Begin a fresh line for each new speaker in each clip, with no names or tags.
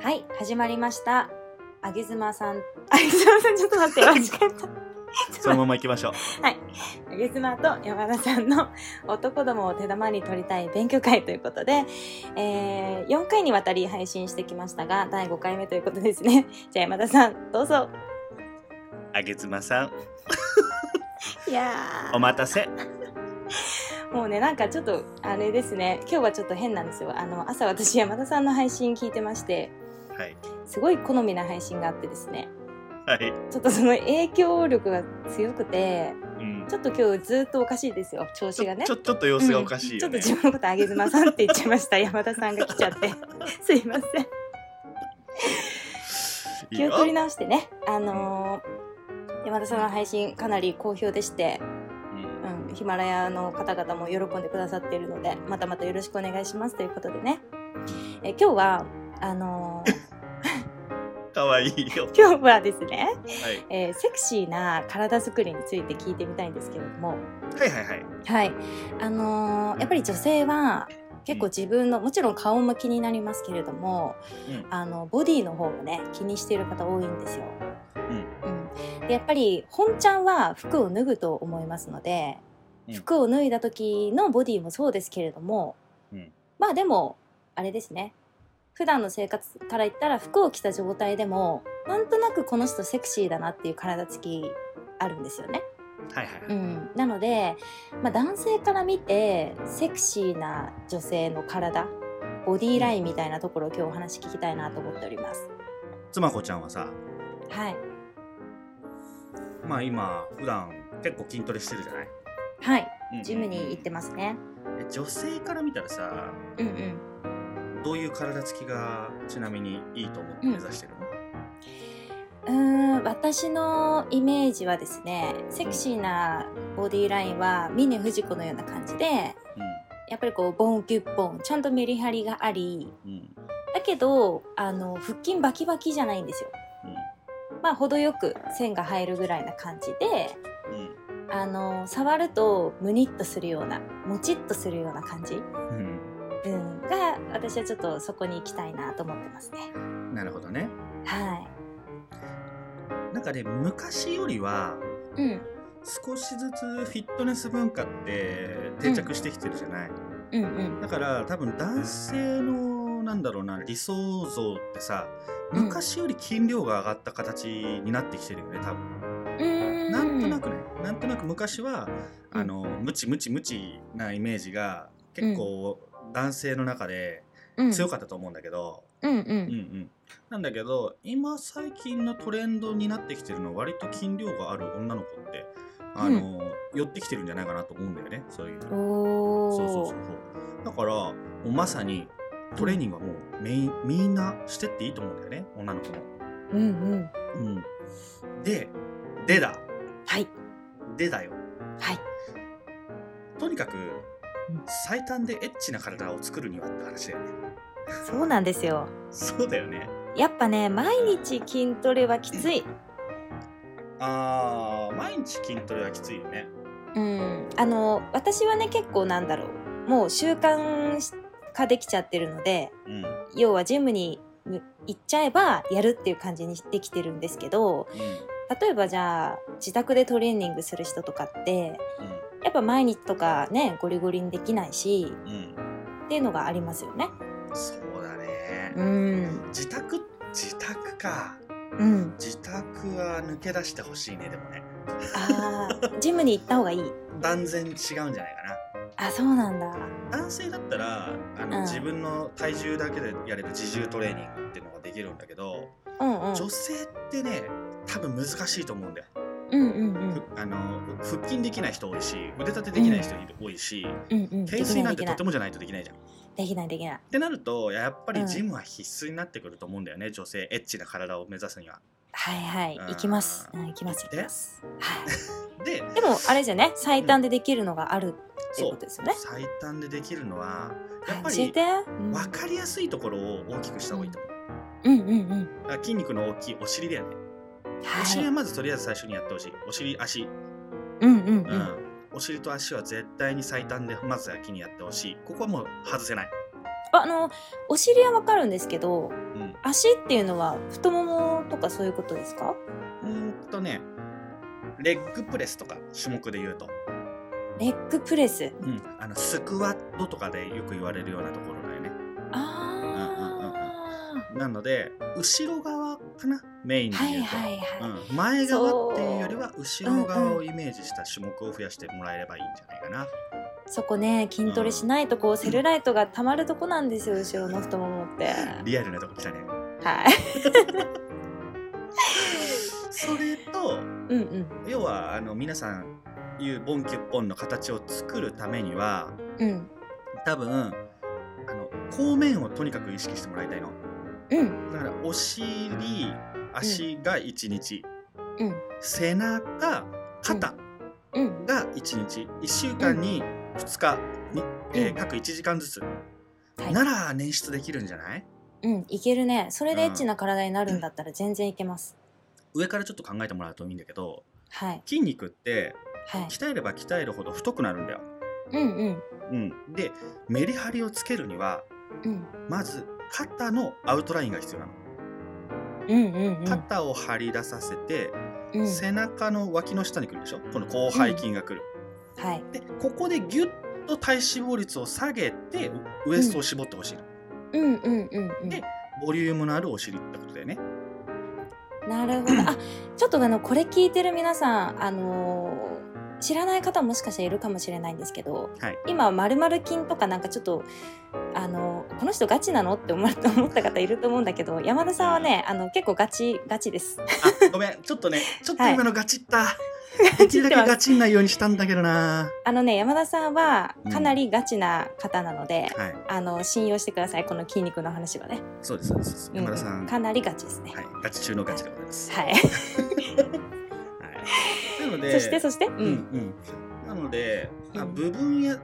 はい、始まりました。あげずまさん、あげずまさん、ちょっと待って、間違えた。
そのまま行きましょう。
あげずまと山田さんの男どもを手玉に取りたい勉強会ということで、えー、4回にわたり配信してきましたが、第5回目ということですね。 じゃあ山田さん、どうぞ。
あげつまさん、
いや
お待たせ。
もうね、なんかちょっと、あれですね、今日はちょっと変なんですよ。あの、朝私山田さんの配信聞いてまして、
はい。
すごい好みな配信があってですね、
はい。
ちょっとその影響力が強くて、
うん。
ちょっと今日ずっとおかしいですよ、調子がね
ちょ。ちょっと様子がおかしいよね。
ちょっと自分のことあげずまさんって言っちゃいま した山田さんが来ちゃってすいません
いい
気
よ
を取り直してねあのー山田さんの配信かなり好評でして、
うん
うん、ヒマラヤの方々も喜んでくださっているのでまたまたよろしくお願いしますということでねえ今日はあの ー
かわいいよ。
今日はですね、
はい。
えーセクシーな体づくりについて聞いてみたいんですけれども
はいはいはい。
はいあのーやっぱり女性は結構自分のもちろん顔も気になりますけれども、
うん。
あのボディの方もね気にしている方多いんですよ。うんでやっぱり本ちゃんは服を脱ぐと思いますので、
うん
服を脱いだ時のボディもそうですけれども、
うん
まあでもあれですね普段の生活から言ったら服を着た状態でもなんとなくこの人セクシーだなっていう体つきあるんですよね。
はいはいは
う
い。
ん、なので、まあ、男性から見てセクシーな女性の体ボディーラインみたいなところを今日お話聞きたいなと思っております。
つまこちゃんはさ、
はい、
まあ今、普段結構筋トレしてるじゃない
はい、
うん
ジムに行ってますね。
え女性から見たらさ、
うんうん。
どういう体つきがちなみにいいと思って目指してるの、
うーん、私のイメージはですね、セクシーなボディーラインは峰不二子のような感じで、やっぱりこうボンキュッボン、ちゃんとメリハリがあり、
うん。うん。
だけどあの腹筋バキバキじゃないんですよ。まあ程よく線が入るぐらいな感じで、
うん。うん。
あの触るとムニッとするようなもちっとするような感じ、
うん
うん、が私はちょっとそこに行きたいなと思ってますね
なるほどね。
は
なんかね、昔よりは、
いうん
少しずつフィットネス文化って定着してきてるじゃない、
うんうん
だから多分男性のなんだろうな理想像ってさ
うん
昔より筋量が上がった形になってきてるよね多分
うーん
なんとなくねなんとなく昔は
うん
あのムチムチムチなイメージが結構男性の中で強かったと思うんだけど、
うんう
うんうんん、なんだけど今最近のトレンドになってきてるのは割と筋量がある女の子ってあの、寄ってきてるんじゃないかなと思うんだよねそういう
うんおお
そうそうそうそうだからもうまさにトレーニングはもうメイン、みんなしてっていいと思うんだよね女の子も、
うんうん
うん、ででだ
はい
でだよ
はい
とにかく
うん
最短でエッチな体を作るにはって話だよね
そうなんですよ
そうだよね
やっぱね毎日筋トレはきつい
あー毎日筋トレはきついよね
うんあの私はね結構なんだろうもう習慣化できちゃってるので
うん、うん、
要はジムにむ行っちゃえばやるっていう感じにできてるんですけど例えばじゃあ自宅でトレーニングする人とかってやっぱ毎日とかねゴリゴリにできないし
うん、うん
っていうのがありますよね。
そうだね、
うん、
自宅自宅か
うん、
自宅は抜け出してほしいねでもね
あージムに行った方がいい
断然違うんじゃないかな
あそうなんだ
男性だったらあの、
うん
自分の体重だけでやれる自重トレーニングっていうのができるんだけど、
うんうん
女性ってね多分難しいと思うんだよ、
うんうんうん
ふあの腹筋できない人多いし腕立てできない人多いし、
うんうんで
懸
き
垂
な
ないん
でき
て
な
と
い
てもじゃないとできないじゃん。っ
できないできない
てなるとやっ
う
ぱり
ん
ジムは必須になってくると思うんだよね、女性エッチな体を目指すには。
はいはい
うん
行きます、うん、行きます行き
で
ます、は
で
い、でもあれじゃね最短でできるのがあるっていうことですよね、
最短でできるのはやっぱ
はい教え
り
て、うん、
分かりやすいところを大きくした方がいいと思う。
うんうんうん
だから筋肉の大きいお尻だよね。お
は
尻
い
はまずとりあえず最初にやってほしい。お尻、足、
うんうんうん、
うん、お尻と足は絶対に最短でまずは気にやってほしいここはもう外せない、
あのお尻はわかるんですけど
うん、
足っていうのは太ももとかそういうことですか
うーんとねレッグプレスとか種目で言うと、
レッグプレス
うん、あのスクワットとかでよく言われるようなところだよね
ああ
なので後ろ側かなメインで
はい
言うと、
はいはい、
うん、前側っていうよりは後ろ側をイメージした種目を増やしてもらえればいいんじゃないかな、
そこね筋トレしないとこうセルライトがたまるとこなんですよ後ろの太ももって
リアルなとこ来たね
はい
それと
うんうん
要はあの皆さん言うボンキュッポンの形を作るためには
うん
多分あの後面をとにかく意識してもらいたいの
うん
だからお尻足が1日、
うん
背中肩
うん
が1日1週間に2日に、えー
うん
各1時間ずつ、
はい
なら捻出できるんじゃない
うんいけるねそれでエッチな体になるんだったら全然いけます
上からちょっと考えてもらうといいんだけど
はい
筋肉って
はい
鍛えれば鍛えるほど太くなるんだよ、
うんうん
うん、でメリハリをつけるには
うん
まず肩のアウトラインが必要なの
うんうんうん
肩を張り出させて、
うん
背中の脇の下に来るでしょこの広背筋が来る、
はい
でここでギュッと体脂肪率を下げてウウエストを絞ってほしいの、
うんうんうんうん
でボリュームのあるお尻ってことだよね
なるほどあちょっとあのこれ聞いてる皆さんあのー知らない方もしかしたらいるかもしれないんですけど
はい
今まるまる筋とかなんかちょっとあのこの人ガチなのって思わ 思った方いると思うんだけど山田さんはねあの結構ガチガチです。
あごめんちょっとねちょっと今のガチった、できるだけガチんないようにしたんだけどな
あのね山田さんは
うん
かなりガチな方なので、
はい
あの信用してくださいこの筋肉の話はね、
そうですそうです
うん
山田さん、は
かなりガチですね。
いガチ中のガチでございます
はい、
はい、なので
そしてそして、う
うん
ん、
うん、なので、まあ
うん
部分や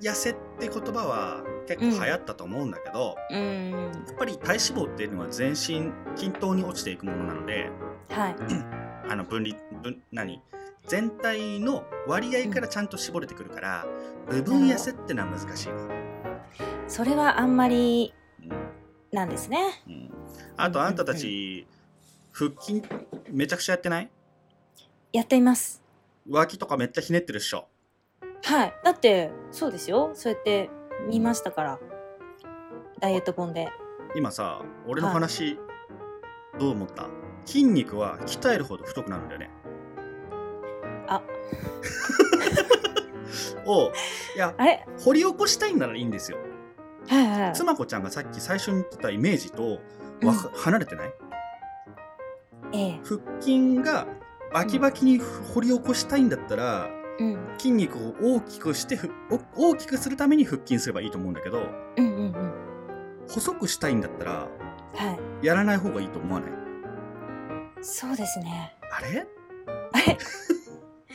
痩せって言葉は結構流行ったと思うんだけど、
うん、
やっぱり体脂肪っていうのは全身均等に落ちていくものなので
はい、
あの分離分何全体の割合からちゃんと絞れてくるから、部分痩せってのは難しいな、
それはあんまり
うん
なんですね。
うんあとあんたたち腹筋めちゃくちゃやってない
やっています。
脇とかめっちゃひねってるっしょ
はい、だってそうですよ。そうやって見ましたから、ダイエット本で。
今さ俺の話、どう思った筋肉は鍛えるほど太くなるんだよね
あ
をいや
あれ、
掘り起こしたいんならいいんですよ
はいはいはい。
つまこちゃんがさっき最初に言ってたイメージとわか離れてない
ええ、
腹筋がバキバキに掘り起こしたいんだったら
うん、
筋肉を大きくしてふお大きくするために腹筋すればいいと思うんだけど
うんうんうん。
細くしたいんだったら
はい。
やらない方がいいと思わない
そうですね。
あれ
あれ。
すか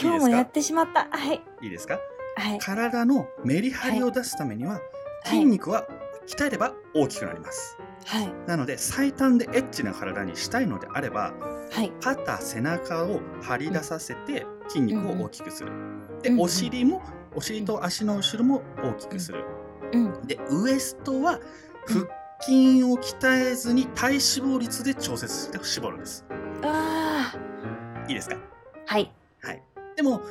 今日もやってしまった。はい。
いいですか
はい。
体のメリハリを出すためには、筋
はい。
肉は鍛えれば大きくなります、
はい。
なので最短でエッチな体にしたいのであれば
はい。
肩背中を張り出させて筋肉を大きくする、で
うんうん
お尻もお尻と足の後ろも大きくする、
うん。
でウエストは腹筋を鍛えずに体脂肪率で調節して絞るんです
ああ。
いいですか
はい。
でも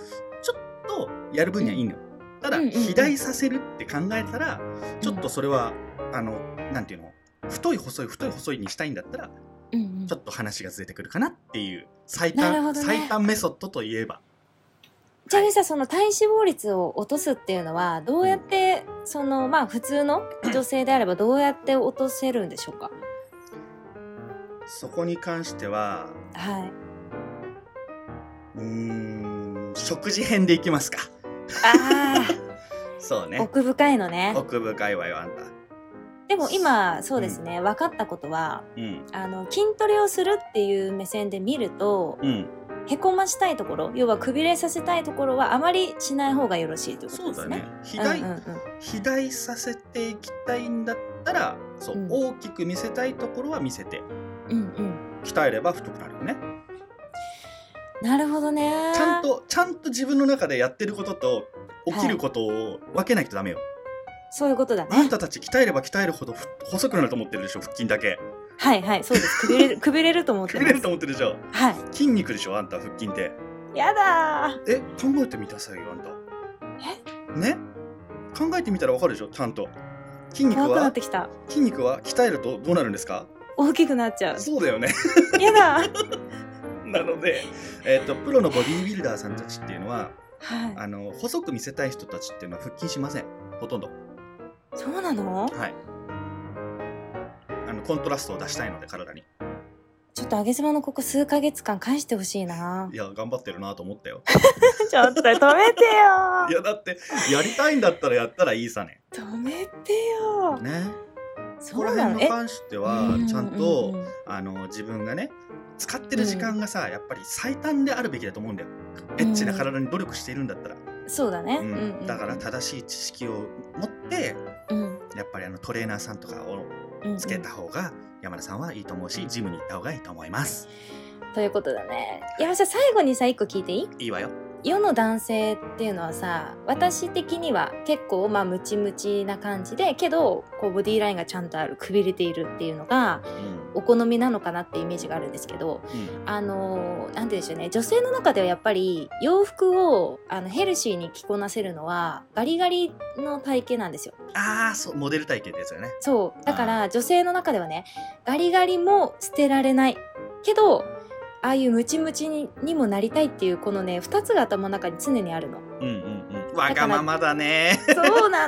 ちょっとやる分にはいいのよ、ただ、
うんうんうん
肥大させるって考えたらちょっとそれは、あのなんていうの太い細い太い細いにしたいんだったら
うんうん
ちょ。っと話がずれてくるかなっていう最
なる
短、
ほどね
最短メソッドといえば
ちなみにさ、その体脂肪率を落とすっていうのは、どうやって、その、まあ、普通の女性であれば、どうやって落とせるんでしょうか。
そこに関しては
はい。
うーん食事編でいきますか
あ
そう
あ。
ね
奥深いのね。
奥深いわよあんた
でも今、そうですね、分かったことは、
うん
あの、筋トレをするっていう目線で見ると、
うん
へこましたいところ要はくびれさせたいところはあまりしない方がよろしいというこ
そ
と
う
です
だ
ね。
ね肥大、
うんうんうん
肥大させていきたいんだったらそう、
うん
大きく見せたいところは見せて
うんうん
鍛えれば太くなるよね
なるほどね。
ちゃんとちゃんと自分の中でやってることと起きることを分けないとダメよ、
そういうことだ
あ
ね
んたたち鍛えれば鍛えるほどふ細くなると思ってるでしょ腹筋だけ
はいはいそうですくびれるくびれると思って
く
ま
び
す
れると思ってるでしょ
は
筋肉でしょあんた腹筋って
いやだー
え考えてみたさいよあんたね考えてみたらわかるでしょちゃんと筋肉
怖くな
は
ってきた
筋肉は鍛えるとどうなるんですか
大きくなっちゃう
そうだよね
やだー
なので、えっとプロのボディービルダーさんたちっていうのは
はい
あの細く見せたい人たちっていうのは腹筋しませんほとんど
そうなの
はいあのコントラストを出したいので体に
ちょっとあげずまのここ数ヶ月間返してほしい ない
や頑張ってるなと思ったよ
ちょっと止めて
い
よ
やだってやりたいんだったらやったらいいさね
止めてよ
ねそ
そ
こ
う
ら
な
辺
の
に
え
関してはちゃんと、
ううう
あの自分がね使ってる時間がさ、やっぱり最短であるべきだと思うんだよ、エッチな体に努力しているんだったら、
そうだね、
うん
うんうん
だから正しい知識を持って
うん
やっぱりあのトレーナーさんとかを
うんうん
つけた方が山田さんはいいと思うしジムに行った方がいいと思います
ということだね山下最後にさ一個聞いていい
いいわよ
世の男性っていうのはさ私的には結構まあムチムチな感じでけどこうボディーラインがちゃんとあるくびれているっていうのが
うんうん
お好みなのかなってイメージがあるんですけどあのー、なんて言うんでしょうね女性の中ではやっぱり洋服をあのヘルシーに着こなせるのはガリガリの体型なんですよ
ああそうモデル体型ってやつよね
そうだから女性の中ではねガリガリも捨てられないけどああいうムチムチににもなりたいっていうこのね2つが頭の中に常にあ るの。
うんうんうんわがままだね
そうな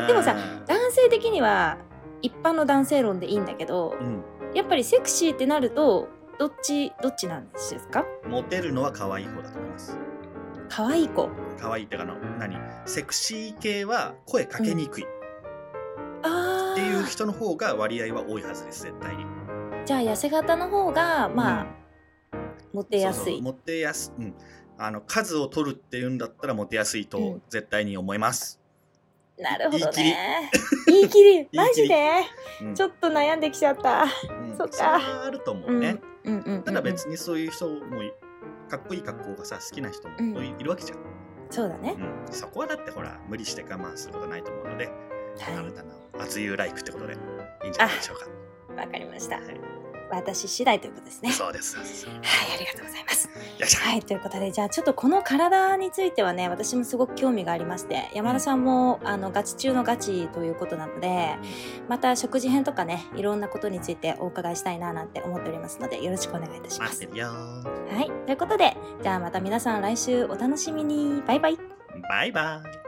の。でもさ、
う
男性的には一般の男性論でいいんだけど、
ん
やっぱりセクシーってなると、どっち、どっちなんですか
モテるのは可愛い方だと思います
可愛い子。
可愛いってかの何セクシー系は声かけにくい、
あ
っていう
あ。
人の方が割合は多いはずです絶対に
じゃあ、痩せ型の方が、まあ、
うん
モテやす
そうそ。
いう
モテやすうんあの数を取るっていうんだったらモテやすい
うん
と絶対に思います、
なるほどね。言い切 り。
り
マジで
うん
ちょっと悩んできちゃった。
うん
そっか
れはあると思うね、
うんうんうん、うん。
ただ別にそういう人もいかっこいい格好がさ好きな人もい,、るわけじゃん、
そうだね。
うんそこはだってほら無理して我慢することはないと思うので、
は
新たな熱いライクってことでいいんじゃないでしょうか
い。わかりました
はい。
私次第ということですね。はい、
そうですそうですよ
ありがとうございます。
っしゃ、
はい、ということで、じゃあちょっとこの体についてはね、私もすごく興味がありまして、山田さんも、あの、ガチ中のガチということなので、また食事編とかね、いろんなことについてお伺いしたいななんて思っておりますので、よろしくお願いいたしま
待っ
す
て。るよー
はい、ということで、じゃあまた皆さん来週お楽しみに。バイバイ。
バイバイ